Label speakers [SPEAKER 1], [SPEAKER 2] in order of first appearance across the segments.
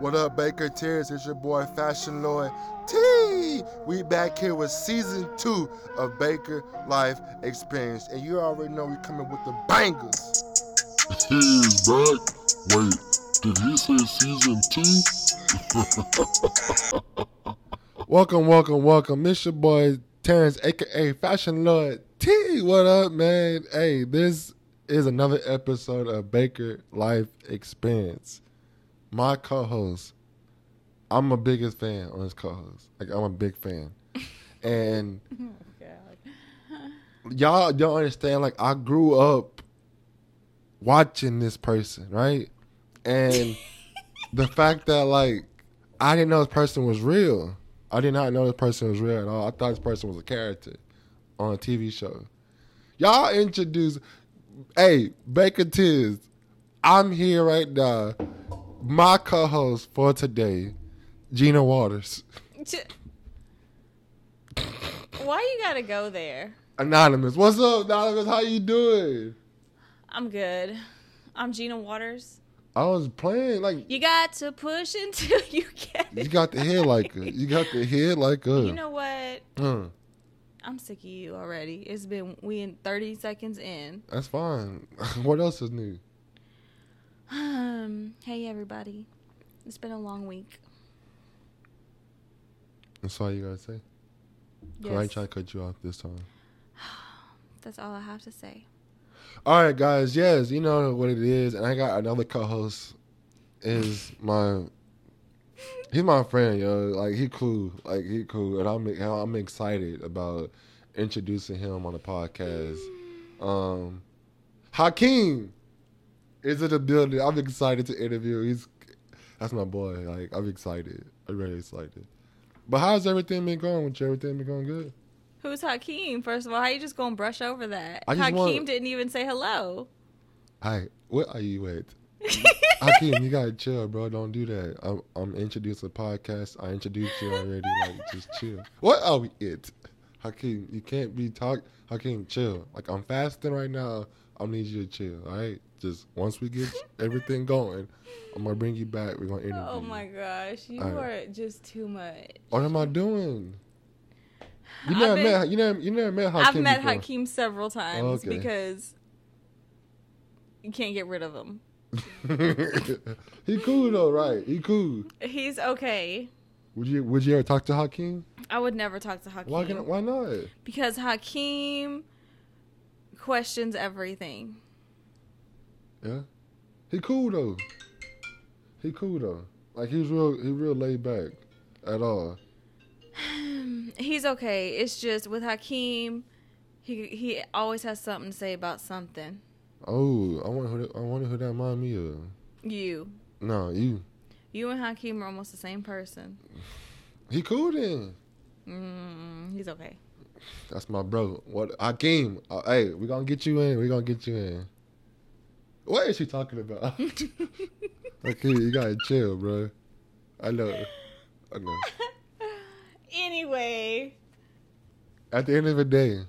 [SPEAKER 1] What up, Baker Tears? It's your boy Fashion Lloyd T. We back here with season two of Baker Life Experience, and you already know we coming with the bangers.
[SPEAKER 2] He's back. Wait, did he say season two?
[SPEAKER 1] Welcome, welcome, welcome. It's your boy Terrence, aka Fashion Lord T. What up, man? Hey, this is another episode of Baker Life Experience. My co-host, I'm a biggest fan on his co-host. Like I'm a big fan, and y'all don't understand. Like I grew up watching this person, right? And the fact that like I didn't know this person was real. I did not know this person was real at all. I thought this person was a character on a TV show. Y'all introduce, hey Baker Tiz, I'm here right now. My co-host for today, Gina Waters,
[SPEAKER 3] Why you gotta go there?
[SPEAKER 1] anonymous. What's up, anonymous? How you doing?
[SPEAKER 3] I'm good. I'm Gina Waters.
[SPEAKER 1] I was playing like
[SPEAKER 3] You got to push until you get it.
[SPEAKER 1] you got the head like a, you got the head like a.
[SPEAKER 3] You know what?
[SPEAKER 1] Mm,
[SPEAKER 3] I'm sick of you already. It's been we in 30 seconds in.
[SPEAKER 1] that's fine. what else is new?
[SPEAKER 3] Um, hey everybody. It's been a long week.
[SPEAKER 1] That's all you gotta say. 'Cause I ain't trying to cut you off this time.
[SPEAKER 3] That's all I have to say.
[SPEAKER 1] All right, guys. Yes, you know what it is, and I got another co-host. Is my he's my friend, yo. Like he cool, like he cool, and I'm I'm excited about introducing him on the podcast. Um, Hakeem is in the building. I'm excited to interview. He's that's my boy. Like I'm excited. I'm really excited. But how's everything been going? With you? everything been going good?
[SPEAKER 3] Who's Hakeem? First of all, how you just gonna brush over that?
[SPEAKER 1] I just
[SPEAKER 3] Hakeem
[SPEAKER 1] want-
[SPEAKER 3] didn't even say hello.
[SPEAKER 1] Hi, where are you at? Hakeem, you gotta chill, bro. Don't do that. I'm I'm introducing a podcast. I introduced you already. Like, just chill. What are we at? Hakeem, you can't be talk. Hakeem, chill. Like, I'm fasting right now. I need you to chill. All right. Just once we get everything going, I'm gonna bring you back. We're gonna interview.
[SPEAKER 3] Oh
[SPEAKER 1] you.
[SPEAKER 3] my gosh, you
[SPEAKER 1] All
[SPEAKER 3] are just too much.
[SPEAKER 1] What am I doing? You
[SPEAKER 3] I've
[SPEAKER 1] never
[SPEAKER 3] been-
[SPEAKER 1] met. You never. You never met Hakeem.
[SPEAKER 3] I've met
[SPEAKER 1] before.
[SPEAKER 3] Hakeem several times
[SPEAKER 1] Okay.
[SPEAKER 3] because you can't get rid of him.
[SPEAKER 1] he cool though, right? He cool.
[SPEAKER 3] He's okay.
[SPEAKER 1] Would you Would you ever talk to Hakeem?
[SPEAKER 3] I would never talk to Hakeem
[SPEAKER 1] Why can, Why not?
[SPEAKER 3] because Hakeem questions everything.
[SPEAKER 1] Yeah. He cool though. He cool though. Like he was real he real laid back at all.
[SPEAKER 3] He's okay. It's just with Hakeem, he he always has something to say about something.
[SPEAKER 1] Oh, I wonder who that, I wonder who that remind me of.
[SPEAKER 3] You,
[SPEAKER 1] No, you.
[SPEAKER 3] you and Hakeem are almost the same person.
[SPEAKER 1] He cool then.
[SPEAKER 3] Mm, he's okay.
[SPEAKER 1] That's my bro. What Hakeem? Uh, hey, we gonna get you in. We gonna get you in. What is she talking about? okay, you gotta chill, bro. I know. I know.
[SPEAKER 3] Anyway,
[SPEAKER 1] At the end of the day,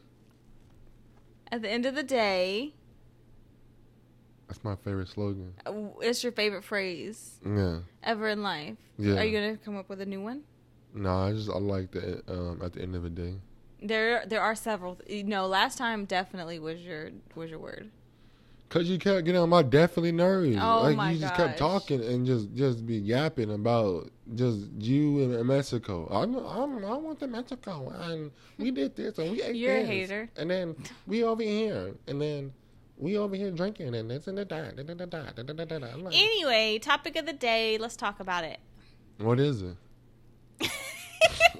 [SPEAKER 3] at the end of the day,
[SPEAKER 1] that's my favorite slogan.
[SPEAKER 3] uh, it's your favorite phrase
[SPEAKER 1] Yeah.
[SPEAKER 3] ever in life.
[SPEAKER 1] Yeah.
[SPEAKER 3] Are you gonna come up with a new one?
[SPEAKER 1] No, I just I like the um at the end of the day.
[SPEAKER 3] There, there are several. You know, last time definitely was your was your word.
[SPEAKER 1] Cause you kept getting on my definitely nerves.
[SPEAKER 3] Oh
[SPEAKER 1] like
[SPEAKER 3] my
[SPEAKER 1] you just kept
[SPEAKER 3] gosh.
[SPEAKER 1] talking and just just be yapping about just you and, and Mexico. I know I, don't know, I went to Mexico and we did this and we ate
[SPEAKER 3] You're a
[SPEAKER 1] this.
[SPEAKER 3] hater.
[SPEAKER 1] And then we over here and then we over here drinking and this and that. that, that, that, that, that, that, that. I'm like,
[SPEAKER 3] Eh. Anyway, topic of the day. Let's talk about it.
[SPEAKER 1] what is it?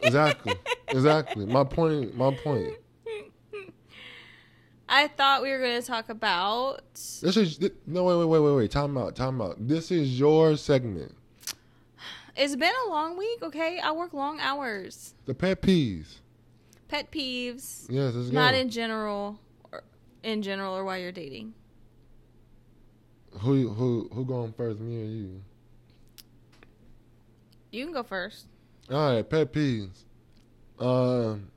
[SPEAKER 1] Exactly. exactly. My point. My point.
[SPEAKER 3] I thought we were going to talk about.
[SPEAKER 1] This is th- no wait wait wait wait wait. Time out. Time out. This is your segment.
[SPEAKER 3] It's been a long week, okay? I work long hours.
[SPEAKER 1] The pet peeves.
[SPEAKER 3] Pet peeves,
[SPEAKER 1] Yes, let's
[SPEAKER 3] not
[SPEAKER 1] go.
[SPEAKER 3] in general, or in general, or while you're dating.
[SPEAKER 1] Who who who going first? Me or you?
[SPEAKER 3] You can go first.
[SPEAKER 1] All right, pet peeves. Um,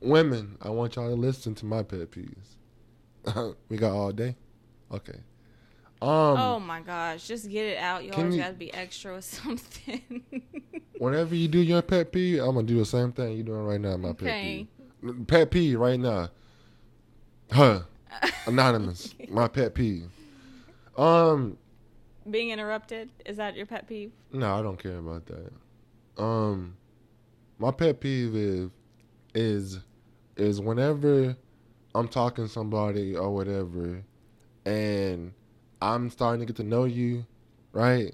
[SPEAKER 1] women, I want y'all to listen to my pet peeves. we got all day. Okay. Um,
[SPEAKER 3] oh my gosh, just get it out. You
[SPEAKER 1] Can
[SPEAKER 3] always
[SPEAKER 1] you-
[SPEAKER 3] gotta be extra with something.
[SPEAKER 1] whenever you do your pet peeve, I'm gonna do the same thing you're doing right now. My
[SPEAKER 3] Okay.
[SPEAKER 1] pet peeve. Pet peeve right now. Huh. Anonymous. my pet peeve. Um.
[SPEAKER 3] Being interrupted is that your pet peeve?
[SPEAKER 1] No, I don't care about that. Um, my pet peeve is is is whenever I'm talking to somebody or whatever, and I'm starting to get to know you, right?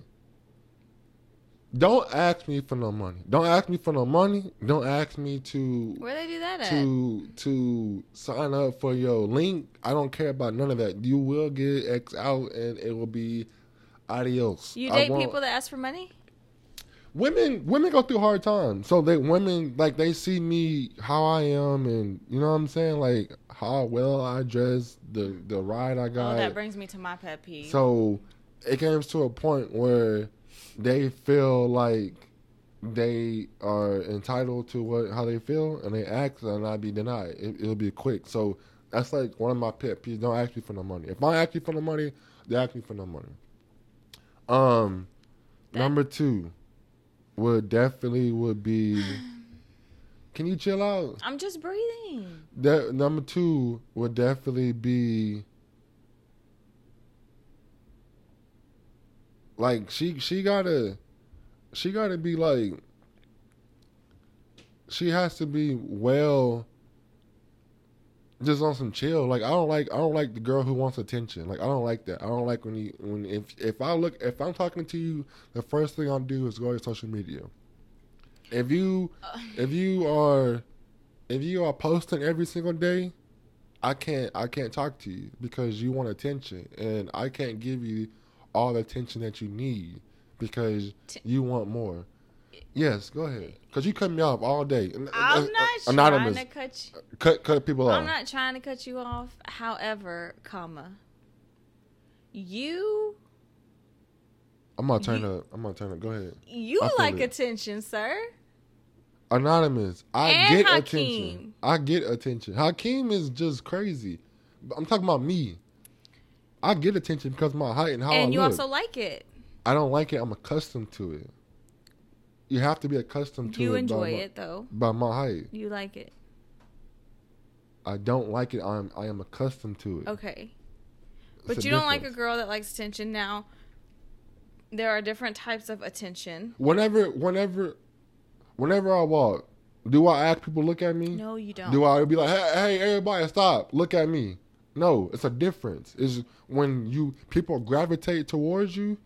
[SPEAKER 1] Don't ask me for no money. Don't ask me for no money. Don't ask me to
[SPEAKER 3] Where they do that at?
[SPEAKER 1] to to sign up for your link. I don't care about none of that. You will get X out, and it will be adios.
[SPEAKER 3] You
[SPEAKER 1] I
[SPEAKER 3] date
[SPEAKER 1] won't-
[SPEAKER 3] people that ask for money?
[SPEAKER 1] women women go through hard times so they women like they see me how i am and you know what i'm saying like how well i dress the the ride i
[SPEAKER 3] Oh,
[SPEAKER 1] got
[SPEAKER 3] that brings me to my pet peeve.
[SPEAKER 1] so it comes to a point where they feel like they are entitled to what how they feel and they ask and i be denied it, it'll be quick so that's like one of my pet peeves don't ask me for no money if i ask you for no money they ask me for no money um
[SPEAKER 3] That-
[SPEAKER 1] number two would definitely would be can you chill out
[SPEAKER 3] I'm just breathing.
[SPEAKER 1] that number two would definitely be like she she gotta she gotta be like she has to be well just on some chill like i don't like i don't like the girl who wants attention like i don't like that i don't like when you when if if i look if i'm talking to you the first thing i'll do is go to social media if you
[SPEAKER 3] Uh,
[SPEAKER 1] if you are if you are posting every single day, I can't I can't talk to you because you want attention and I can't give you all the attention that you need because
[SPEAKER 3] T-
[SPEAKER 1] you want more. Yes, go ahead. Cause you cut me off all day. An- an-
[SPEAKER 3] I'm not
[SPEAKER 1] an-
[SPEAKER 3] trying
[SPEAKER 1] Uh, anonymous.
[SPEAKER 3] to cut you.
[SPEAKER 1] Cut cut people off.
[SPEAKER 3] I'm not trying to cut you off. However, comma, you
[SPEAKER 1] I'm gonna turn
[SPEAKER 3] you-
[SPEAKER 1] up. I'm gonna turn up. Go ahead.
[SPEAKER 3] you
[SPEAKER 1] I feel
[SPEAKER 3] like
[SPEAKER 1] it.
[SPEAKER 3] attention, sir.
[SPEAKER 1] Anonymous. I
[SPEAKER 3] And
[SPEAKER 1] get
[SPEAKER 3] Hakeem.
[SPEAKER 1] attention. I get attention. Hakeem is just crazy. But I'm talking about me. I get attention because of my height and how I
[SPEAKER 3] and you
[SPEAKER 1] look.
[SPEAKER 3] also like it.
[SPEAKER 1] I don't like it. I'm accustomed to it. You have to be accustomed to
[SPEAKER 3] You
[SPEAKER 1] it. by
[SPEAKER 3] enjoy
[SPEAKER 1] my,
[SPEAKER 3] it though.
[SPEAKER 1] by my height.
[SPEAKER 3] You like it.
[SPEAKER 1] I don't like it. I'm I am accustomed to it.
[SPEAKER 3] Okay.
[SPEAKER 1] It's
[SPEAKER 3] But
[SPEAKER 1] a
[SPEAKER 3] you don't like a
[SPEAKER 1] difference.
[SPEAKER 3] girl that likes attention. Now, there are different types of attention.
[SPEAKER 1] Whenever, whenever, whenever I walk, do I ask people to look at me?
[SPEAKER 3] No, you don't.
[SPEAKER 1] Mm. Do I be like, hey, hey, everybody, stop, look at me? No, it's a difference. It's when you people gravitate towards you,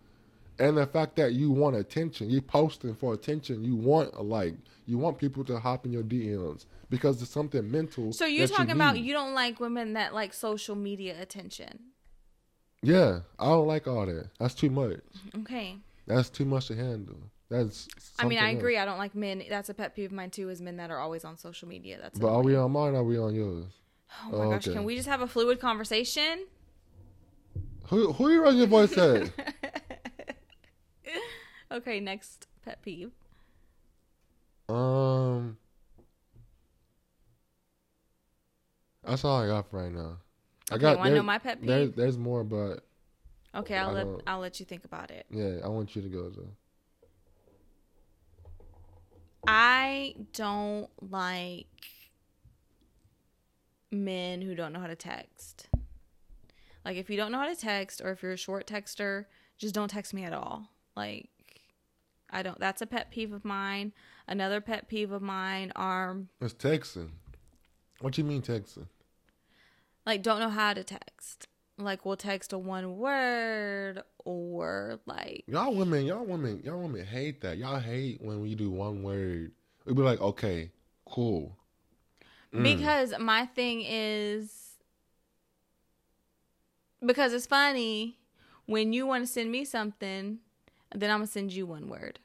[SPEAKER 1] and the fact that you want attention, you posting for attention, you want a like, you want people to hop in your DMs because it's something mental.
[SPEAKER 3] so you're
[SPEAKER 1] that
[SPEAKER 3] talking about
[SPEAKER 1] need.
[SPEAKER 3] you don't like women that like social media attention.
[SPEAKER 1] Yeah, I don't like all that. That's too much.
[SPEAKER 3] Okay.
[SPEAKER 1] That's too much to handle. That's.
[SPEAKER 3] I mean, I
[SPEAKER 1] something else.
[SPEAKER 3] agree. I don't like men. That's a pet peeve of mine too. Is men that are always on social media. That's
[SPEAKER 1] But are
[SPEAKER 3] annoying.
[SPEAKER 1] we on mine? Or are we on yours?
[SPEAKER 3] Oh my
[SPEAKER 1] oh,
[SPEAKER 3] gosh!
[SPEAKER 1] okay.
[SPEAKER 3] Can we just have a fluid conversation?
[SPEAKER 1] Who who you raise your voice at?
[SPEAKER 3] okay. Next pet peeve.
[SPEAKER 1] Um, that's all I got for right now. I
[SPEAKER 3] Okay,
[SPEAKER 1] got.
[SPEAKER 3] wanna know
[SPEAKER 1] there-
[SPEAKER 3] my pet peeve?
[SPEAKER 1] There's, there's more, but
[SPEAKER 3] Okay, I'll
[SPEAKER 1] I
[SPEAKER 3] let
[SPEAKER 1] don't-
[SPEAKER 3] I'll let you think about it.
[SPEAKER 1] yeah, I want you to go though.
[SPEAKER 3] I don't like men who don't know how to text. Like if you don't know how to text or if you're a short texter, just don't text me at all. Like I don't that's a pet peeve of mine. Another pet peeve of mine are
[SPEAKER 1] It's texting. What you mean texting?
[SPEAKER 3] like don't know how to text. Like we'll text a one word or like
[SPEAKER 1] Y'all women, y'all women, y'all women hate that. Y'all hate when we do one word. We'd be like, okay, cool.
[SPEAKER 3] Because my thing is because it's funny when you want to send me something, then I'm gonna send you one word.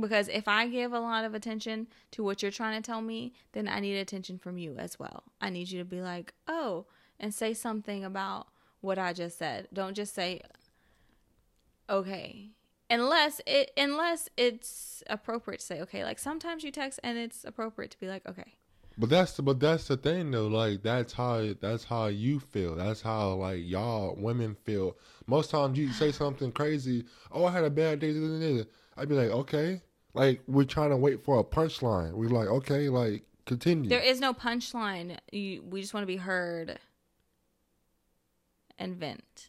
[SPEAKER 3] Because if I give a lot of attention to what you're trying to tell me, then I need attention from you as well. I need you to be like, oh, and say something about what I just said. Don't just say, okay. Unless it unless it's appropriate to say okay. Like sometimes you text and it's appropriate to be like, okay.
[SPEAKER 1] But that's the, but that's the thing though. Like that's how that's how you feel. That's how like y'all women feel. Most times you say something crazy. Oh, I had a bad day. da, da, da, da." I'd be like, okay. Like we're trying to wait for a punchline. We're like, okay, like continue.
[SPEAKER 3] There is no punchline. You, we just want to be heard and vent.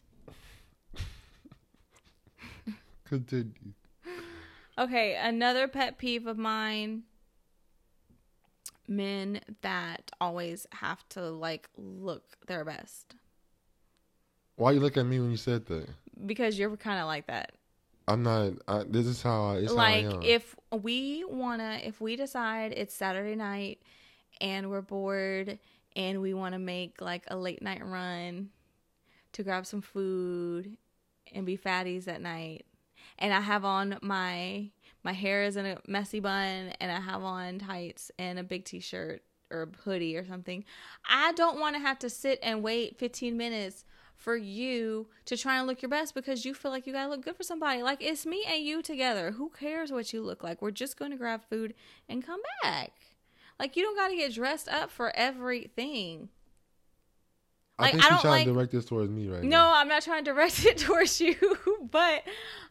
[SPEAKER 1] continue.
[SPEAKER 3] Okay, another pet peeve of mine men that always have to like look their best
[SPEAKER 1] Why you look at me when you said that?
[SPEAKER 3] because you're kind of like that.
[SPEAKER 1] I'm not. I, this is how. I, it's
[SPEAKER 3] like
[SPEAKER 1] how I am.
[SPEAKER 3] if we wanna if we decide it's saturday night and we're bored and we want to make like a late night run to grab some food and be fatties at night and i have on my my hair is in a messy bun and i have on tights and a big t-shirt or a hoodie or something i don't want to have to sit and wait 15 minutes for you to try and look your best because you feel like you gotta look good for somebody. Like it's me and you together. Who cares what you look like? We're just going to grab food and come back. Like you don't gotta get dressed up for everything.
[SPEAKER 1] I
[SPEAKER 3] like,
[SPEAKER 1] think
[SPEAKER 3] I
[SPEAKER 1] you're
[SPEAKER 3] don't
[SPEAKER 1] trying
[SPEAKER 3] like-
[SPEAKER 1] to direct this towards me right
[SPEAKER 3] No,
[SPEAKER 1] now.
[SPEAKER 3] I'm not trying to direct it towards you, but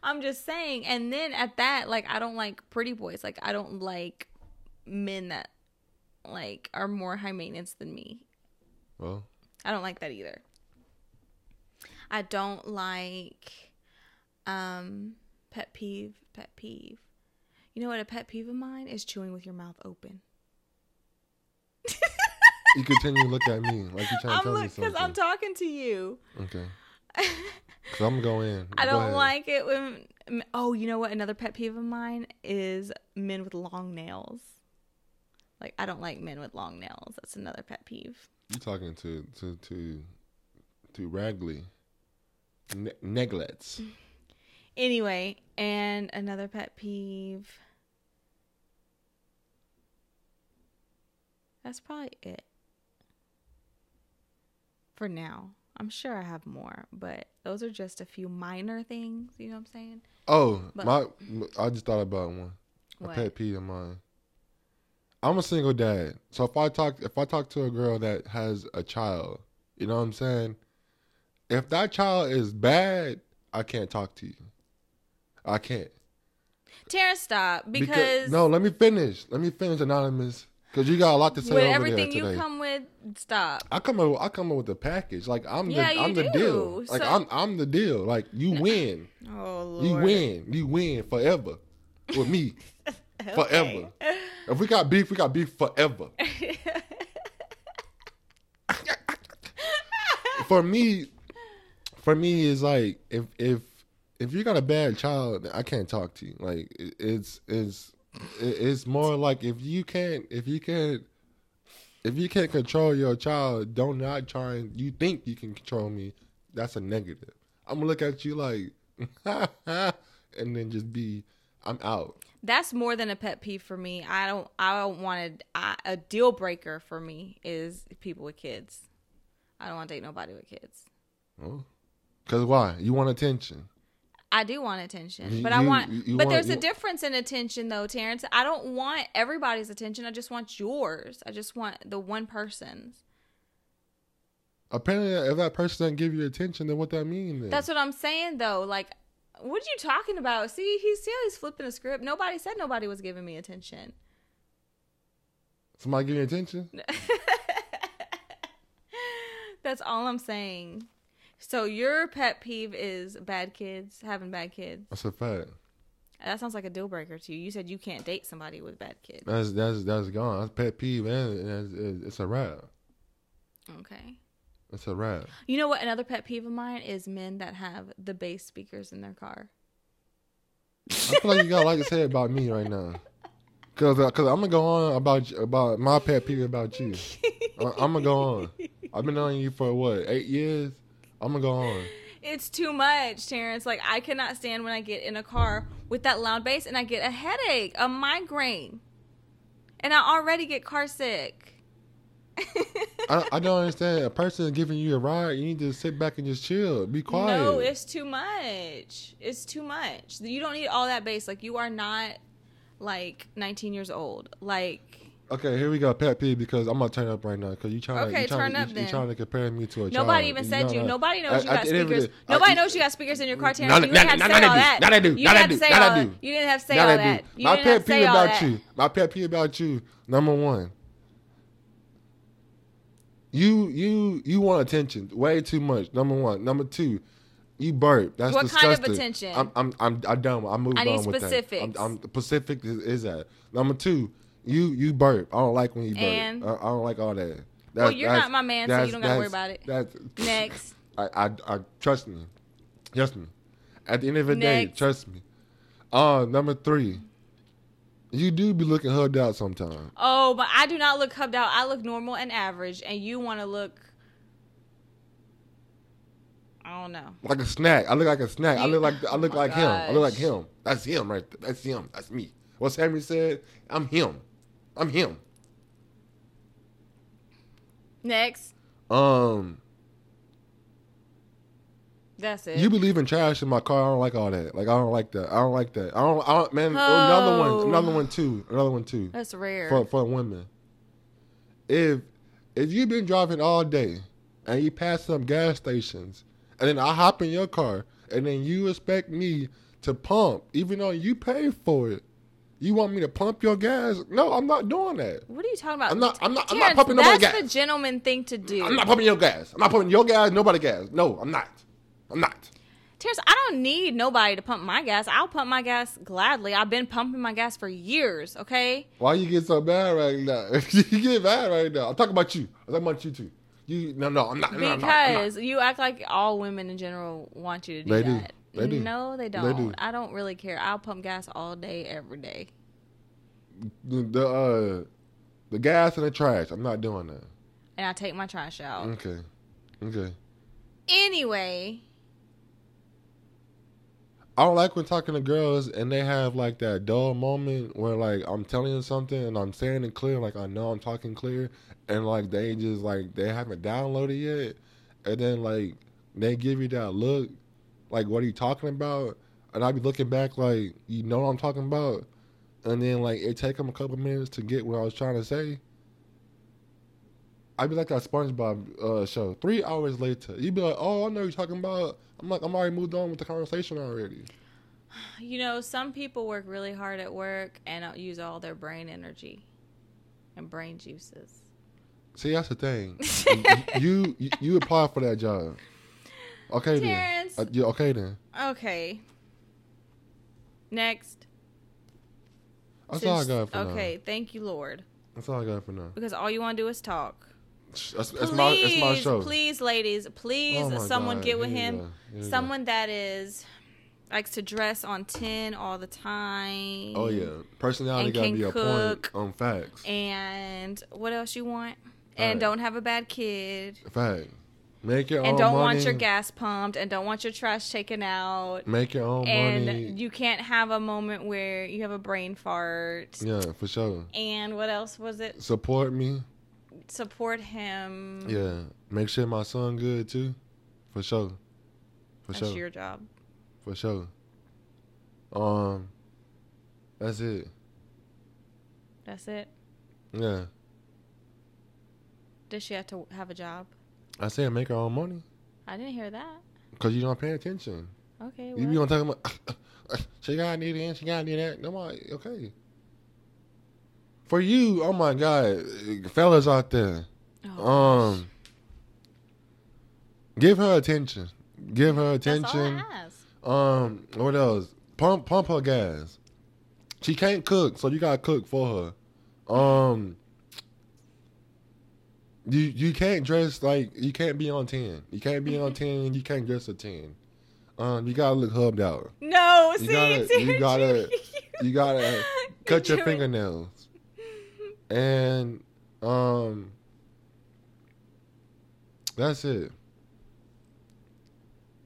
[SPEAKER 3] I'm just saying. And then at that, like I don't like pretty boys. Like I don't like men that like are more high maintenance than me.
[SPEAKER 1] Well,
[SPEAKER 3] I don't like that either. I don't like um pet peeve, pet peeve. You know what a pet peeve of mine is chewing with your mouth open.
[SPEAKER 1] you continue to look at me like you're trying to
[SPEAKER 3] I'm
[SPEAKER 1] tell me
[SPEAKER 3] look
[SPEAKER 1] something.
[SPEAKER 3] cuz I'm talking to you.
[SPEAKER 1] okay. Cause I'm going in.
[SPEAKER 3] I
[SPEAKER 1] Go
[SPEAKER 3] don't
[SPEAKER 1] ahead.
[SPEAKER 3] like it when m- Oh, you know what another pet peeve of mine is men with long nails. Like I don't like men with long nails. That's another pet peeve.
[SPEAKER 1] You talking to to to to Ragley ne- neglects.
[SPEAKER 3] Anyway, and another pet peeve. That's probably it. For now. I'm sure I have more, but those are just a few minor things, you know what I'm saying?
[SPEAKER 1] Oh,
[SPEAKER 3] But-
[SPEAKER 1] my! I just thought about one. A
[SPEAKER 3] What?
[SPEAKER 1] pet peeve of mine. I'm a single dad, so if I talk if I talk to a girl that has a child, you know what I'm saying. If that child is bad, I can't talk to you. I can't.
[SPEAKER 3] Terrence, stop because,
[SPEAKER 1] no, let me finish. Let me finish, anonymous, because you got a lot to say
[SPEAKER 3] with
[SPEAKER 1] over
[SPEAKER 3] everything
[SPEAKER 1] there today.
[SPEAKER 3] you come with, stop.
[SPEAKER 1] I come up, I come up with a package. Like I'm
[SPEAKER 3] Yeah,
[SPEAKER 1] the
[SPEAKER 3] you
[SPEAKER 1] I'm the
[SPEAKER 3] do.
[SPEAKER 1] deal. Like
[SPEAKER 3] So-
[SPEAKER 1] I'm I'm the deal. Like you win.
[SPEAKER 3] Oh Lord.
[SPEAKER 1] You win. You win forever with me. Forever. If we got beef, we got beef forever. for me, for me is like if if if you got a bad child, I can't talk to you. Like it- it's it's it- it's more like if you can't if you can't if you can't control your child, don't not try and you think you can control me. That's a negative. I'm gonna look at you like, and then just be, I'm out.
[SPEAKER 3] That's more than a pet peeve for me. I don't. I don't want to. I, a deal breaker for me is people with kids. I don't want to date nobody with kids.
[SPEAKER 1] Cause why? You want attention.
[SPEAKER 3] I do want attention,
[SPEAKER 1] You-
[SPEAKER 3] but I
[SPEAKER 1] you-
[SPEAKER 3] want.
[SPEAKER 1] you- you
[SPEAKER 3] but
[SPEAKER 1] want-
[SPEAKER 3] there's a
[SPEAKER 1] you-
[SPEAKER 3] difference in attention, though, Terrence. I don't want everybody's attention. I just want yours. I just want the one person's.
[SPEAKER 1] Apparently, if that person doesn't give you attention, then what that mean? Then?
[SPEAKER 3] That's what I'm saying, though. Like, what are you talking about? See, he's see how he's flipping the script. Nobody said nobody was giving me attention.
[SPEAKER 1] somebody giving you attention.
[SPEAKER 3] That's all I'm saying. So your pet peeve is bad kids, having bad kids.
[SPEAKER 1] That's a fact.
[SPEAKER 3] That sounds like a deal breaker to you. You said you can't date somebody with bad kids.
[SPEAKER 1] That's that's that's gone. That's pet peeve, man. It's, it's, it's a wrap.
[SPEAKER 3] Okay.
[SPEAKER 1] It's a wrap.
[SPEAKER 3] You know what another pet peeve of mine is men that have the bass speakers in their car.
[SPEAKER 1] I feel like you got a lot to say about me right now. Cause, uh, cause I'm gonna go on about you- about my pet peeve about you. I, I'm gonna go on. I've been knowing you for what eight years. I'm gonna go on.
[SPEAKER 3] It's too much, Terrence. Like I cannot stand when I get in a car with that loud bass and I get a headache, a migraine. And I already get car sick.
[SPEAKER 1] I, I don't understand. A person giving you a ride, you need to sit back and just chill. Be quiet.
[SPEAKER 3] No, it's too much. It's too much. You don't need all that bass. Like you are not like 19 years old. Like
[SPEAKER 1] Okay, here we go. Pet peeve because I'm gonna turn up right now because you trying.
[SPEAKER 3] Okay,
[SPEAKER 1] you trying,
[SPEAKER 3] turn
[SPEAKER 1] you,
[SPEAKER 3] up
[SPEAKER 1] You
[SPEAKER 3] then.
[SPEAKER 1] trying to compare me to a child.
[SPEAKER 3] Nobody even said
[SPEAKER 1] know
[SPEAKER 3] you.
[SPEAKER 1] that.
[SPEAKER 3] Nobody knows you
[SPEAKER 1] At-
[SPEAKER 3] got
[SPEAKER 1] at the end of the
[SPEAKER 3] speakers.
[SPEAKER 1] day, I-
[SPEAKER 3] Nobody knows you got speakers in your car, Tanner.
[SPEAKER 1] None-
[SPEAKER 3] You didn't have to
[SPEAKER 1] none-
[SPEAKER 3] say all
[SPEAKER 1] none I do.
[SPEAKER 3] that.
[SPEAKER 1] None I do.
[SPEAKER 3] You
[SPEAKER 1] None
[SPEAKER 3] didn't
[SPEAKER 1] I
[SPEAKER 3] have to
[SPEAKER 1] do.
[SPEAKER 3] say
[SPEAKER 1] None I
[SPEAKER 3] all that.
[SPEAKER 1] do.
[SPEAKER 3] You didn't have to say
[SPEAKER 1] Now
[SPEAKER 3] all
[SPEAKER 1] they do.
[SPEAKER 3] that. You
[SPEAKER 1] My
[SPEAKER 3] didn't have
[SPEAKER 1] pet
[SPEAKER 3] to say
[SPEAKER 1] peeve
[SPEAKER 3] all
[SPEAKER 1] about
[SPEAKER 3] that.
[SPEAKER 1] you. My pet peeve about you. Number one. You you you want attention way too much. Number one. Number two. You burp. That's
[SPEAKER 3] What kind
[SPEAKER 1] disgusting.
[SPEAKER 3] of attention?
[SPEAKER 1] I'm I'm I'm, I'm done. I moved
[SPEAKER 3] I need
[SPEAKER 1] on with
[SPEAKER 3] specifics.
[SPEAKER 1] that. I'm, I'm Pacific is, is that. Number two. You you burp. I don't like when you burp.
[SPEAKER 3] And?
[SPEAKER 1] I, I don't like all that.
[SPEAKER 3] Well,
[SPEAKER 1] That's-
[SPEAKER 3] you're
[SPEAKER 1] that's-
[SPEAKER 3] not my man, so
[SPEAKER 1] that's-
[SPEAKER 3] you don't gotta worry
[SPEAKER 1] that's- That's
[SPEAKER 3] Next.
[SPEAKER 1] I, I, I trust me. Trust me. At the end of the day,
[SPEAKER 3] Next.
[SPEAKER 1] trust me. Uh, number three. You do be looking hugged out sometimes.
[SPEAKER 3] Oh, but I do not look hubbed out. I look normal and average, and you want to look. I don't know.
[SPEAKER 1] Like a snack. I look like a snack. I
[SPEAKER 3] You-
[SPEAKER 1] look like I look
[SPEAKER 3] Oh my
[SPEAKER 1] like him. I look like
[SPEAKER 3] gosh.
[SPEAKER 1] him. That's him right there. That's him. That's me. What Sammy said, I'm him. I'm him.
[SPEAKER 3] Next.
[SPEAKER 1] Um
[SPEAKER 3] That's it.
[SPEAKER 1] you be leaving trash in my car, I don't like all that. Like I don't like that. I don't like that. I don't I don't man another
[SPEAKER 3] Oh.
[SPEAKER 1] one. Another one too. Another one too.
[SPEAKER 3] That's rare.
[SPEAKER 1] for for women. If if you've been driving all day and you pass some gas stations and then I hop in your car and then you expect me to pump, even though you paid for it, you want me to pump your gas? No, I'm not doing that.
[SPEAKER 3] what are you talking about?
[SPEAKER 1] I'm not- I'm not- I'm not
[SPEAKER 3] Terrence,
[SPEAKER 1] pumping
[SPEAKER 3] That's
[SPEAKER 1] nobody
[SPEAKER 3] the
[SPEAKER 1] gas.
[SPEAKER 3] gentleman thing to do.
[SPEAKER 1] I'm not pumping your gas. I'm not pumping your gas, nobody gas. No, I'm not. I'm not.
[SPEAKER 3] Terrence, I don't need nobody to pump my gas. I'll pump my gas gladly. I've been pumping my gas for years. Okay.
[SPEAKER 1] Why you get so bad right now? you get mad right now. I'm talking about you. I'm talking about you too. You no no, I'm not. no, I'm not, I'm not.
[SPEAKER 3] Because you act like all women in general want you to do
[SPEAKER 1] They do.
[SPEAKER 3] that.
[SPEAKER 1] They do.
[SPEAKER 3] No, they
[SPEAKER 1] They
[SPEAKER 3] don't.
[SPEAKER 1] do.
[SPEAKER 3] I don't really care. I'll pump gas all day, every day.
[SPEAKER 1] the the, uh, the gas and the trash. I'm not doing that.
[SPEAKER 3] And I take my trash out.
[SPEAKER 1] Okay. Okay.
[SPEAKER 3] Anyway,
[SPEAKER 1] I don't like when talking to girls and they have like that dull moment where like I'm telling them something and I'm saying it clear, like I know I'm talking clear, and like they just like they haven't downloaded yet, and then like they give you that look, like what are you talking about? And I be looking back like you know what I'm talking about, and then like it take them a couple minutes to get what I was trying to say. I'd be like that SpongeBob uh, show. Three hours later, you'd be like, "Oh, I know what you're talking about." I'm like, "I'm already moved on with the conversation already."
[SPEAKER 3] you know, some people work really hard at work and uh, use all their brain energy and brain juices.
[SPEAKER 1] See, that's the thing. you, you you apply for that job. Okay
[SPEAKER 3] Terrence.
[SPEAKER 1] then. Uh, yeah, okay then.
[SPEAKER 3] Okay. Next.
[SPEAKER 1] That's all I got for now.
[SPEAKER 3] okay, thank you, Lord.
[SPEAKER 1] That's all I got for now.
[SPEAKER 3] Because all you want to do is talk.
[SPEAKER 1] That's, that's my it's my show.
[SPEAKER 3] Please, ladies, please,
[SPEAKER 1] Oh my
[SPEAKER 3] someone
[SPEAKER 1] God,
[SPEAKER 3] get with
[SPEAKER 1] here we
[SPEAKER 3] him.
[SPEAKER 1] go, here we go.
[SPEAKER 3] Someone that is likes to dress on ten all the time.
[SPEAKER 1] Oh yeah, personality
[SPEAKER 3] And
[SPEAKER 1] gotta
[SPEAKER 3] can
[SPEAKER 1] be a
[SPEAKER 3] cook.
[SPEAKER 1] point on facts.
[SPEAKER 3] And what else you want? And
[SPEAKER 1] Alright.
[SPEAKER 3] don't have a bad kid.
[SPEAKER 1] Fact. Make your own
[SPEAKER 3] And don't
[SPEAKER 1] money.
[SPEAKER 3] want your gas pumped. And don't want your trash taken out.
[SPEAKER 1] Make your own money.
[SPEAKER 3] And you can't have a moment where you have a brain fart.
[SPEAKER 1] yeah, for sure.
[SPEAKER 3] And what else was it?
[SPEAKER 1] Support me.
[SPEAKER 3] Support him.
[SPEAKER 1] Yeah. Make sure my son good too. For sure. For
[SPEAKER 3] That's
[SPEAKER 1] sure.
[SPEAKER 3] your job.
[SPEAKER 1] For sure. Um. That's it.
[SPEAKER 3] That's it.
[SPEAKER 1] Yeah.
[SPEAKER 3] Does she have to have a job?
[SPEAKER 1] I said make our own money
[SPEAKER 3] I didn't hear that.
[SPEAKER 1] because you don't pay attention.
[SPEAKER 3] Okay.
[SPEAKER 1] You be
[SPEAKER 3] what?
[SPEAKER 1] on talking about she gotta need this, she gotta need that. No, I'm like, okay. For you, oh my god, fellas out there,
[SPEAKER 3] Oh,
[SPEAKER 1] um, give her attention. Give her
[SPEAKER 3] that's all
[SPEAKER 1] attention.
[SPEAKER 3] I ask.
[SPEAKER 1] Um, what else? Pump, pump her gas. She can't cook, so you gotta cook for her. Um, you you can't dress like you can't be on ten. You can't be on ten. You can't dress a ten. Um, you gotta look hubbed out.
[SPEAKER 3] No,
[SPEAKER 1] You
[SPEAKER 3] see,
[SPEAKER 1] gotta-
[SPEAKER 3] see,
[SPEAKER 1] you gotta- You gotta cut your
[SPEAKER 3] You're doing-
[SPEAKER 1] fingernails. And um, that's it.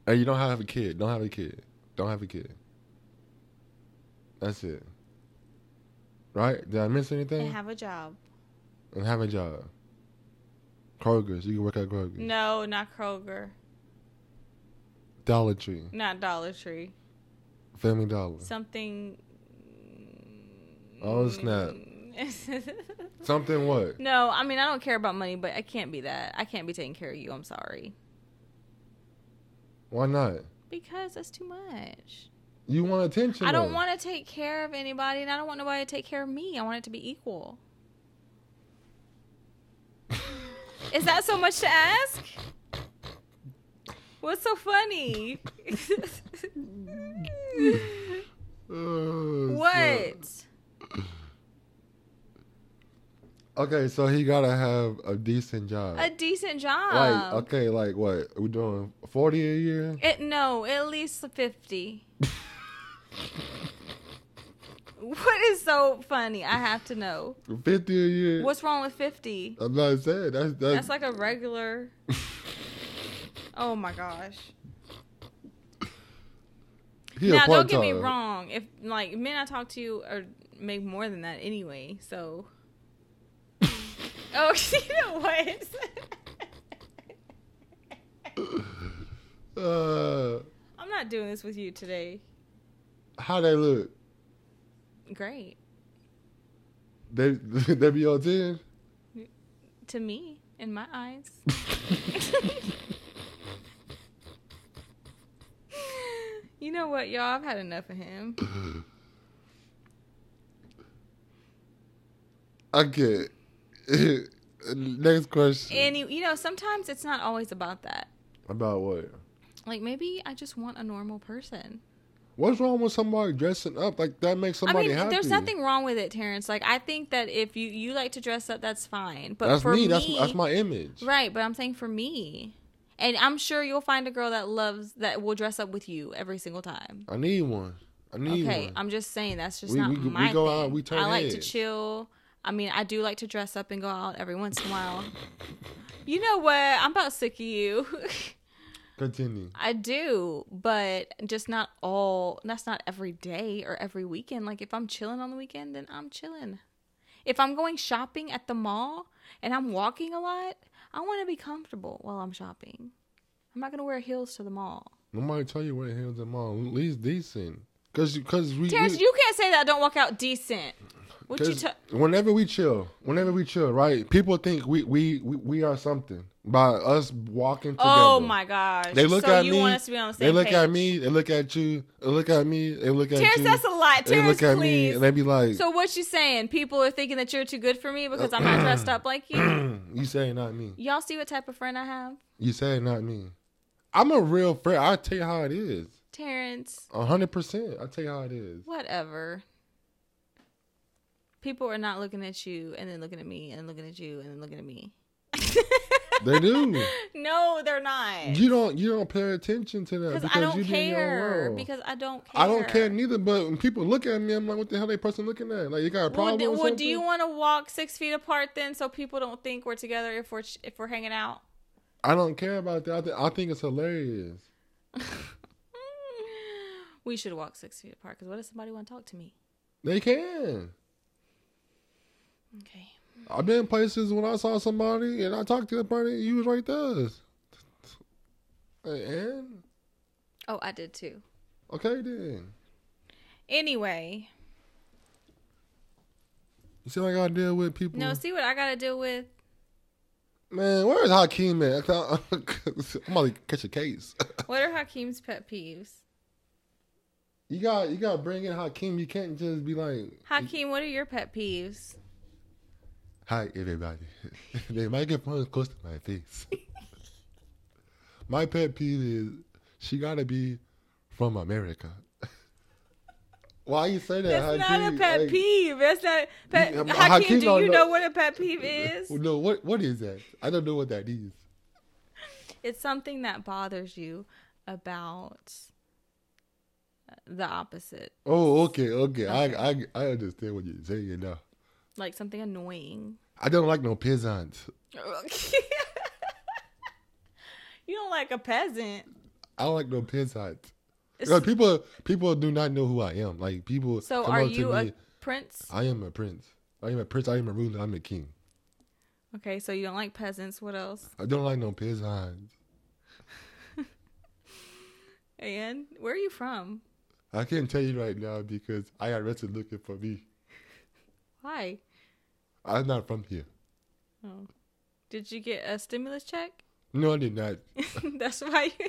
[SPEAKER 1] And you don't have a kid. Don't have a kid. Don't have a kid. That's it. Right? Did I miss anything?
[SPEAKER 3] And have a job.
[SPEAKER 1] and have a job. Kroger's. You can work at Kroger's.
[SPEAKER 3] No, not Kroger,
[SPEAKER 1] Dollar Tree.
[SPEAKER 3] not Dollar Tree.
[SPEAKER 1] Family Dollar.
[SPEAKER 3] Something.
[SPEAKER 1] Oh, snap. Something what?
[SPEAKER 3] no, I mean I don't care about money, but I can't be that. I can't be taking care of you. I'm sorry
[SPEAKER 1] Why not?
[SPEAKER 3] because that's too much.
[SPEAKER 1] You want attention.
[SPEAKER 3] I don't
[SPEAKER 1] though.
[SPEAKER 3] want to take care of anybody, and I don't want nobody to take care of me. I want it to be equal. Is that so much to ask? What's so funny?
[SPEAKER 1] Uh, so-
[SPEAKER 3] what?
[SPEAKER 1] Okay, so he gotta have a decent job.
[SPEAKER 3] A decent job.
[SPEAKER 1] like okay, like what? We doing forty a year?
[SPEAKER 3] It no, at least fifty. what is so funny? I have to know.
[SPEAKER 1] Fifty a year?
[SPEAKER 3] What's wrong with fifty?
[SPEAKER 1] I'm not saying that's that's,
[SPEAKER 3] That's like a regular. Oh my gosh!
[SPEAKER 1] he a
[SPEAKER 3] now don't get me
[SPEAKER 1] part-time.
[SPEAKER 3] wrong. If like men I talk to are make more than that anyway, so. oh, you know what?
[SPEAKER 1] Uh,
[SPEAKER 3] I'm not doing this with you today.
[SPEAKER 1] how they look?
[SPEAKER 3] Great
[SPEAKER 1] They they be on ten.
[SPEAKER 3] to me in my eyes. you know what, y'all? I've had enough of him.
[SPEAKER 1] Okay. Next question.
[SPEAKER 3] And you, you know, sometimes it's not always about that.
[SPEAKER 1] About what?
[SPEAKER 3] Like maybe I just want a normal person.
[SPEAKER 1] What's wrong with somebody dressing up like that? Makes somebody
[SPEAKER 3] I mean,
[SPEAKER 1] happy.
[SPEAKER 3] there's nothing wrong with it, Terrence. Like I think that if you you like to dress up, that's fine. But
[SPEAKER 1] That's
[SPEAKER 3] for
[SPEAKER 1] me.
[SPEAKER 3] me,
[SPEAKER 1] That's that's my image.
[SPEAKER 3] right. But I'm saying for me, and I'm sure you'll find a girl that loves that will dress up with you every single time.
[SPEAKER 1] I need one. I need
[SPEAKER 3] Okay,
[SPEAKER 1] one.
[SPEAKER 3] I'm just saying that's just
[SPEAKER 1] We-
[SPEAKER 3] not
[SPEAKER 1] we- we
[SPEAKER 3] my
[SPEAKER 1] go
[SPEAKER 3] thing.
[SPEAKER 1] out, we turn
[SPEAKER 3] I like to
[SPEAKER 1] heads.
[SPEAKER 3] chill. I mean, I do like to dress up and go out every once in a while. you know what? I'm about sick of you.
[SPEAKER 1] Continue.
[SPEAKER 3] I do, but just not all. That's not every day or every weekend. Like if I'm chilling on the weekend, then I'm chilling. If I'm going shopping at the mall and I'm walking a lot, I want to be comfortable while I'm shopping. I'm not gonna wear heels to the mall.
[SPEAKER 1] Nobody tell you what hands them on. At least decent. Cause, you- cause we.
[SPEAKER 3] Terrence,
[SPEAKER 1] we-
[SPEAKER 3] you can't say that I don't walk out decent. What you?
[SPEAKER 1] 'cause
[SPEAKER 3] ta-
[SPEAKER 1] whenever we chill, whenever we chill, right? People think we we we, we are something by us walking together.
[SPEAKER 3] Oh my gosh!
[SPEAKER 1] They look
[SPEAKER 3] so
[SPEAKER 1] at
[SPEAKER 3] you
[SPEAKER 1] me.
[SPEAKER 3] want us to be on the same
[SPEAKER 1] they look at
[SPEAKER 3] page.
[SPEAKER 1] me. They look at you. They look at me. They look at
[SPEAKER 3] Terrence,
[SPEAKER 1] you.
[SPEAKER 3] that's a lot.
[SPEAKER 1] they
[SPEAKER 3] Terrence,
[SPEAKER 1] look at me
[SPEAKER 3] please.
[SPEAKER 1] and they be like,
[SPEAKER 3] so what you saying? People are thinking that you're too good for me because I'm not dressed up like you.
[SPEAKER 1] "You say not me.
[SPEAKER 3] Y'all see what type of friend I have,
[SPEAKER 1] You say not me." I'm a real friend. I tell you how it is.
[SPEAKER 3] Terrence?
[SPEAKER 1] A hundred percent. I tell you how it is.
[SPEAKER 3] Whatever. People are not looking at you and then looking at me and looking at you and then looking at me.
[SPEAKER 1] They do.
[SPEAKER 3] No, they're not.
[SPEAKER 1] you don't. You don't pay attention to that
[SPEAKER 3] Because
[SPEAKER 1] because
[SPEAKER 3] I don't
[SPEAKER 1] you be in your
[SPEAKER 3] care.
[SPEAKER 1] world.
[SPEAKER 3] Because I don't care.
[SPEAKER 1] I don't care neither, but when people look at me, I'm like, what the hell they person looking at? Like, you got a
[SPEAKER 3] Well,
[SPEAKER 1] problem
[SPEAKER 3] do,
[SPEAKER 1] or
[SPEAKER 3] well, do
[SPEAKER 1] something?
[SPEAKER 3] you want to walk six feet apart then, so people don't think we're together if we're if we're hanging out?
[SPEAKER 1] I don't care about that. I, th- I think it's hilarious.
[SPEAKER 3] we should walk six feet apart because what if somebody want to talk to me?
[SPEAKER 1] They can.
[SPEAKER 3] Okay.
[SPEAKER 1] I've been places when I saw somebody and I talked to the party, you was right there. Like, And?
[SPEAKER 3] Oh, I did too.
[SPEAKER 1] Okay, then.
[SPEAKER 3] Anyway,
[SPEAKER 1] You see what I got to deal with people?
[SPEAKER 3] no, see what I got to deal with.
[SPEAKER 1] Man, where is Hakeem at? I'm about to catch a case.
[SPEAKER 3] What are Hakeem's pet peeves?
[SPEAKER 1] you got you got to bring in Hakeem. You can't just be like,
[SPEAKER 3] Hakeem, what are your pet peeves?
[SPEAKER 1] Hi, everybody. the microphone is close to my face. my pet peeve is she gotta be from America. Why you say that?
[SPEAKER 3] That's not a
[SPEAKER 1] Hakeem?
[SPEAKER 3] pet
[SPEAKER 1] Like,
[SPEAKER 3] peeve. That's not pet.
[SPEAKER 1] Yeah, but
[SPEAKER 3] Hakeem,
[SPEAKER 1] Hakeem
[SPEAKER 3] do
[SPEAKER 1] don't
[SPEAKER 3] you know
[SPEAKER 1] know-
[SPEAKER 3] what a pet peeve is?
[SPEAKER 1] No, what what is that? I don't know what that is.
[SPEAKER 3] It's something that bothers you about the opposite,
[SPEAKER 1] Oh, okay, okay. I, I I understand what you're saying now.
[SPEAKER 3] like something annoying.
[SPEAKER 1] I don't like no peasants.
[SPEAKER 3] you don't like a peasant.
[SPEAKER 1] I don't like no peasants. Like, people people do not know who I am. Like people
[SPEAKER 3] So
[SPEAKER 1] come
[SPEAKER 3] are
[SPEAKER 1] up to
[SPEAKER 3] you a
[SPEAKER 1] me,
[SPEAKER 3] prince?
[SPEAKER 1] I am a prince. I am a prince. I am a ruler. I'm a king.
[SPEAKER 3] Okay, so you don't like peasants. What else?
[SPEAKER 1] I don't like no peasants.
[SPEAKER 3] And where are you from?
[SPEAKER 1] I can't tell you right now because I got arrested looking for me.
[SPEAKER 3] Why?
[SPEAKER 1] I'm not from here.
[SPEAKER 3] Oh. Did you get a stimulus check?
[SPEAKER 1] No, I did not.
[SPEAKER 3] That's why.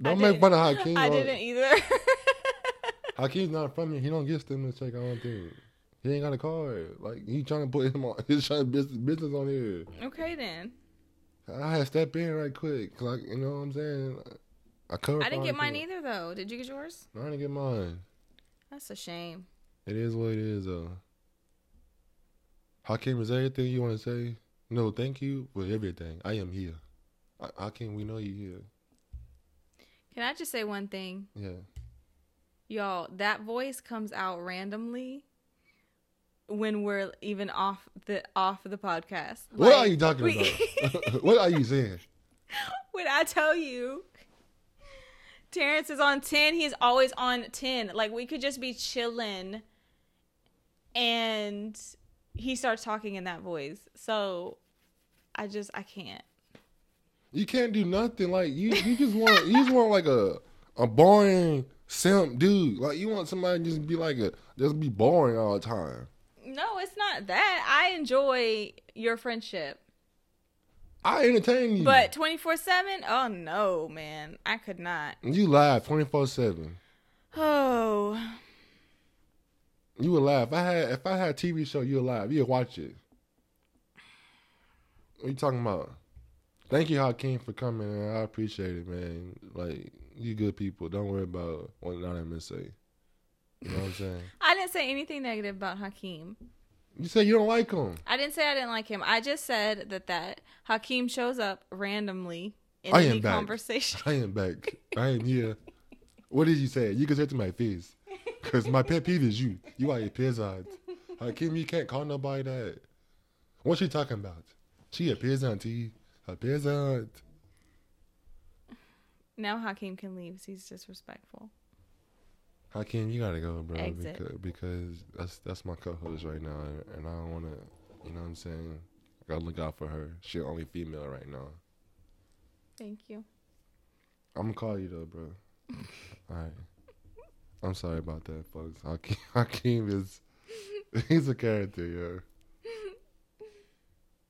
[SPEAKER 3] You...
[SPEAKER 1] Don't make
[SPEAKER 3] didn't-
[SPEAKER 1] fun of Hakeem.
[SPEAKER 3] I
[SPEAKER 1] or-
[SPEAKER 3] didn't either.
[SPEAKER 1] Hakeem's not from here. He don't get stimulus check. I don't think. He ain't got a card. Like he trying to put him on. He's trying to business, business on here.
[SPEAKER 3] okay then.
[SPEAKER 1] I had to step in right quick. 'cause Like you know what I'm saying. I covered.
[SPEAKER 3] I didn't
[SPEAKER 1] for
[SPEAKER 3] get mine
[SPEAKER 1] Hakeem.
[SPEAKER 3] either though. Did you get yours?
[SPEAKER 1] I didn't get mine.
[SPEAKER 3] That's a shame.
[SPEAKER 1] It is what it is though. Hakeem, is there anything you want to say? No, thank you for everything. I am here. I, Hakeem, we know you here.
[SPEAKER 3] Can I just say one thing?
[SPEAKER 1] Yeah.
[SPEAKER 3] Y'all, that voice comes out randomly when we're even off the off the podcast.
[SPEAKER 1] What
[SPEAKER 3] Like,
[SPEAKER 1] are you talking
[SPEAKER 3] we-
[SPEAKER 1] about? what are you saying?
[SPEAKER 3] when I tell you Terrence is on 10, he's always on 10. Like we could just be chilling and he starts talking in that voice. So I just I can't.
[SPEAKER 1] You can't do nothing. Like you, you just want you just want like a a boring simp dude. Like you want somebody to just be like a just be boring all the time.
[SPEAKER 3] No, it's not that. I enjoy your friendship.
[SPEAKER 1] I entertain you,
[SPEAKER 3] But 24/7? Oh no, man. I could not.
[SPEAKER 1] you laugh twenty four seven.
[SPEAKER 3] Oh.
[SPEAKER 1] You would laugh. If I had if I had a TV show, you would laugh. You'd watch it. What you talking about? Thank you, Hakeem, for coming. Man. I appreciate it, man. Like you, good people. Don't worry about what I'm gonna say. You know what I'm saying?
[SPEAKER 3] I didn't say anything negative about Hakeem.
[SPEAKER 1] You say you don't like him.
[SPEAKER 3] I didn't say I didn't like him. I just said that that Hakeem shows up randomly in
[SPEAKER 1] I am
[SPEAKER 3] any
[SPEAKER 1] back.
[SPEAKER 3] conversation.
[SPEAKER 1] I am back. I am here. What did you say? You can say it to my face. Because my pet peeve is you. You are a peasant. Hakeem, you can't call nobody that. What's she talking about? She a peasant, T. A peasant.
[SPEAKER 3] Now Hakeem can leave 'cause he's disrespectful.
[SPEAKER 1] Hakeem, you gotta go, bro.
[SPEAKER 3] Exit.
[SPEAKER 1] Because, because that's that's my co-host right now, and, and I don't wanna, you know what I'm saying? I gotta look out for her. She only female right now.
[SPEAKER 3] Thank you.
[SPEAKER 1] I'm gonna call you though, bro. All right. I'm sorry about that, folks. Hakeem, Hakeem is he's a character, yo.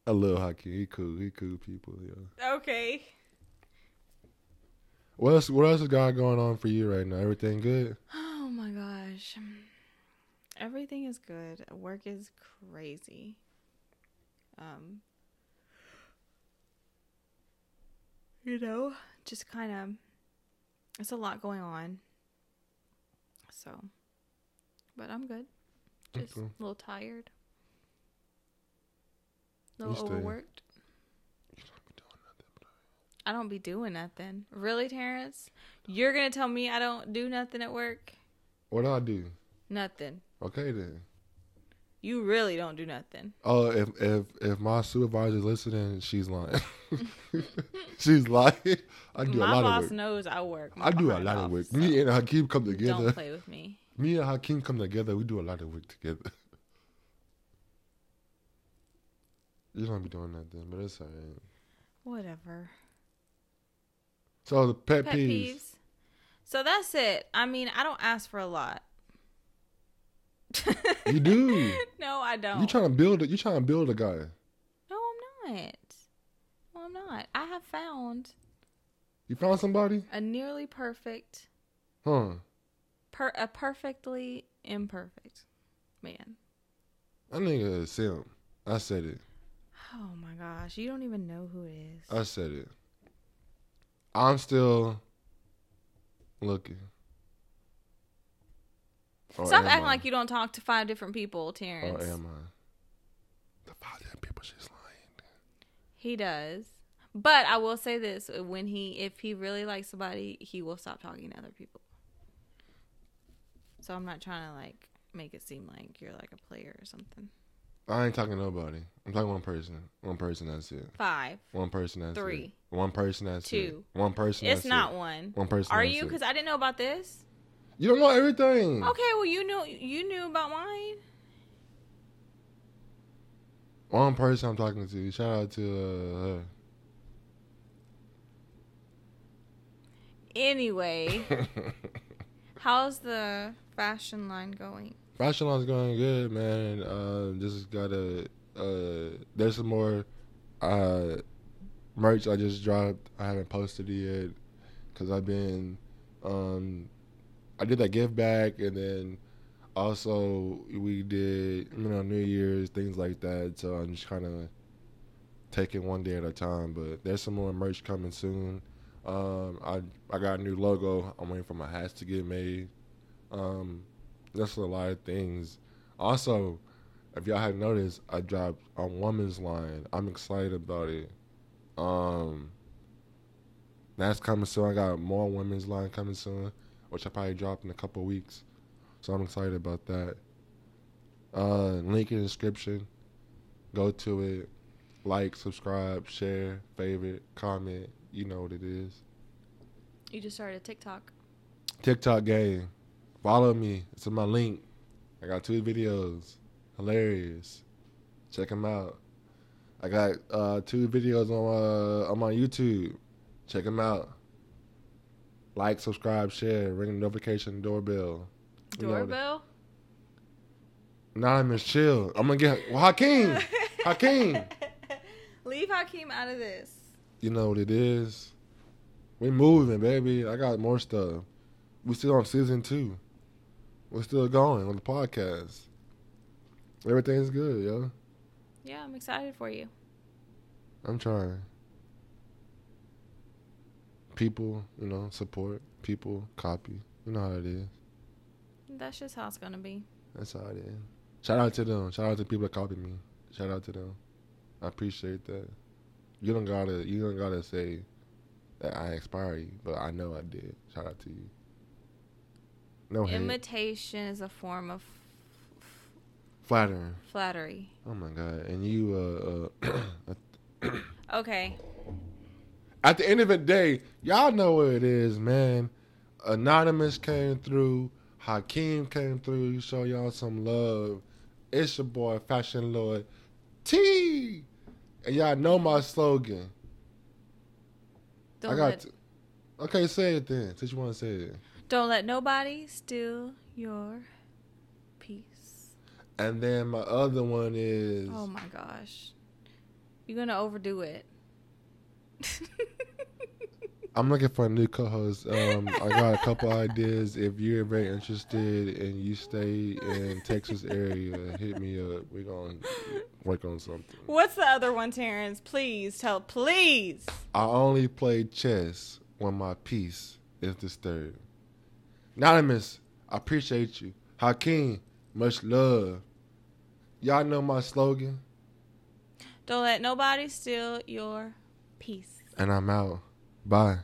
[SPEAKER 1] I love Hakeem. He cool. He cool people, yo.
[SPEAKER 3] Okay.
[SPEAKER 1] What else? What else is got going on for you right now? Everything good?
[SPEAKER 3] Oh my gosh. Everything is good. Work is crazy. Um you know, just kind of it's a lot going on. So but I'm good. Just
[SPEAKER 1] Okay.
[SPEAKER 3] a little tired. A
[SPEAKER 1] You
[SPEAKER 3] little
[SPEAKER 1] stay.
[SPEAKER 3] overworked. I don't be doing nothing. Really, Terrence? You're gonna tell me I don't do nothing at work?
[SPEAKER 1] What do I do?
[SPEAKER 3] Nothing.
[SPEAKER 1] Okay then.
[SPEAKER 3] You really don't do nothing.
[SPEAKER 1] Oh, if if if my supervisor's listening, she's lying. she's lying. I do a
[SPEAKER 3] My
[SPEAKER 1] lot
[SPEAKER 3] boss
[SPEAKER 1] of work.
[SPEAKER 3] knows I work. my
[SPEAKER 1] I do a
[SPEAKER 3] behind
[SPEAKER 1] lot
[SPEAKER 3] off,
[SPEAKER 1] of work.
[SPEAKER 3] so
[SPEAKER 1] Me and Hakeem come
[SPEAKER 3] don't
[SPEAKER 1] together.
[SPEAKER 3] play with me.
[SPEAKER 1] Me and Hakeem come together. We do a lot of work together. You don't be doing nothing, but it's alright.
[SPEAKER 3] Whatever.
[SPEAKER 1] So the pet,
[SPEAKER 3] Pet
[SPEAKER 1] peeves.
[SPEAKER 3] peeves. So that's it. I mean, I don't ask for a lot.
[SPEAKER 1] You do.
[SPEAKER 3] no, I don't.
[SPEAKER 1] You trying to build it? You trying to build a guy?
[SPEAKER 3] no, I'm not. No, I'm not. I have found
[SPEAKER 1] You found somebody?
[SPEAKER 3] a nearly perfect,
[SPEAKER 1] Huh?
[SPEAKER 3] per- a perfectly imperfect man.
[SPEAKER 1] That nigga is Sim. I said it.
[SPEAKER 3] Oh my gosh, you don't even know who it is.
[SPEAKER 1] I said it. I'm still looking. Or
[SPEAKER 3] Stop
[SPEAKER 1] am
[SPEAKER 3] acting
[SPEAKER 1] I?
[SPEAKER 3] like you don't talk to five different people, Terrence.
[SPEAKER 1] Or am I? The five damn people. She's lying.
[SPEAKER 3] He does. But I will say this when he if he really likes somebody, he will stop talking to other people. So I'm not trying to like make it seem like you're like a player or something.
[SPEAKER 1] I ain't talking to nobody. I'm talking one person. One person. That's it.
[SPEAKER 3] Five.
[SPEAKER 1] One person that's
[SPEAKER 3] Three.
[SPEAKER 1] it. One person that's
[SPEAKER 3] Two.
[SPEAKER 1] it. One person
[SPEAKER 3] It's
[SPEAKER 1] that's
[SPEAKER 3] not
[SPEAKER 1] it.
[SPEAKER 3] one.
[SPEAKER 1] One person
[SPEAKER 3] Are
[SPEAKER 1] that's
[SPEAKER 3] you
[SPEAKER 1] it.
[SPEAKER 3] cuz I didn't know about this?
[SPEAKER 1] You don't know everything.
[SPEAKER 3] Okay, well you knew you knew about mine.
[SPEAKER 1] One person I'm talking to. Shout out to uh,
[SPEAKER 3] Anyway,
[SPEAKER 1] her.
[SPEAKER 3] How's the fashion line going?
[SPEAKER 1] Fashion line's going good, man. Uh, just gotta. Uh, there's some more uh, merch I just dropped. I haven't posted it yet because I've been. Um, I did that give back, and then also we did you know New Year's things like that. So I'm just kind of taking one day at a time. But there's some more merch coming soon. Um, I I got a new logo. I'm waiting for my hats to get made. Um, that's a lot of things. Also, if y'all have noticed, I dropped a woman's line. I'm excited about it. Um, that's coming soon. I got more women's line coming soon, which I probably drop in a couple weeks. So I'm excited about that. Uh, link in the description. Go to it. Like, subscribe, share, favorite, comment. You know what it is.
[SPEAKER 3] You just started a TikTok.
[SPEAKER 1] TikTok game. Follow me. It's in my link. I got two videos. Hilarious. Check them out. I got uh, two videos on my on my YouTube. Check them out. Like, subscribe, share, ring the notification doorbell. You know what it-
[SPEAKER 3] Doorbell?
[SPEAKER 1] Nah, Miss Chill. I'm gonna get well, Hakeem. Hakeem.
[SPEAKER 3] Leave Hakeem out of this.
[SPEAKER 1] You know what it is. We moving, baby. I got more stuff. We still on season two. We're still going on the podcast. Everything's good, yo.
[SPEAKER 3] Yeah, I'm excited for you.
[SPEAKER 1] I'm trying. People, you know, support. People, copy. You know how it is.
[SPEAKER 3] That's just how it's gonna be.
[SPEAKER 1] That's how it is. Shout out to them. Shout out to people that copy me. Shout out to them. I appreciate that. You don't gotta you don't gotta say that I inspire you, but I know I did. Shout out to you. No hate.
[SPEAKER 3] Imitation is a form of f- f-
[SPEAKER 1] Flattering.
[SPEAKER 3] flattery.
[SPEAKER 1] Oh my god. And you uh, uh
[SPEAKER 3] Okay.
[SPEAKER 1] at the end of the day, y'all know what it is, man. Anonymous came through, Hakeem came through, show y'all some love. It's your boy, Fashion Lord T. And y'all know my slogan.
[SPEAKER 3] Don't
[SPEAKER 1] I got.
[SPEAKER 3] let
[SPEAKER 1] t- okay, say it then, since you want to say it.
[SPEAKER 3] don't let nobody steal your peace.
[SPEAKER 1] And then my other one is
[SPEAKER 3] Oh my gosh. You're gonna overdo it.
[SPEAKER 1] I'm looking for a new co-host. Um, I got a couple ideas. If you're very interested and you stay in Texas area, hit me up. We're gonna work on something.
[SPEAKER 3] What's the other one, Terrence? Please tell please.
[SPEAKER 1] I only play chess when my peace is disturbed. Anonymous, I appreciate you. Hakeem, much love. Y'all know my slogan,
[SPEAKER 3] Don't let nobody steal your peace.
[SPEAKER 1] and I'm out. Bye.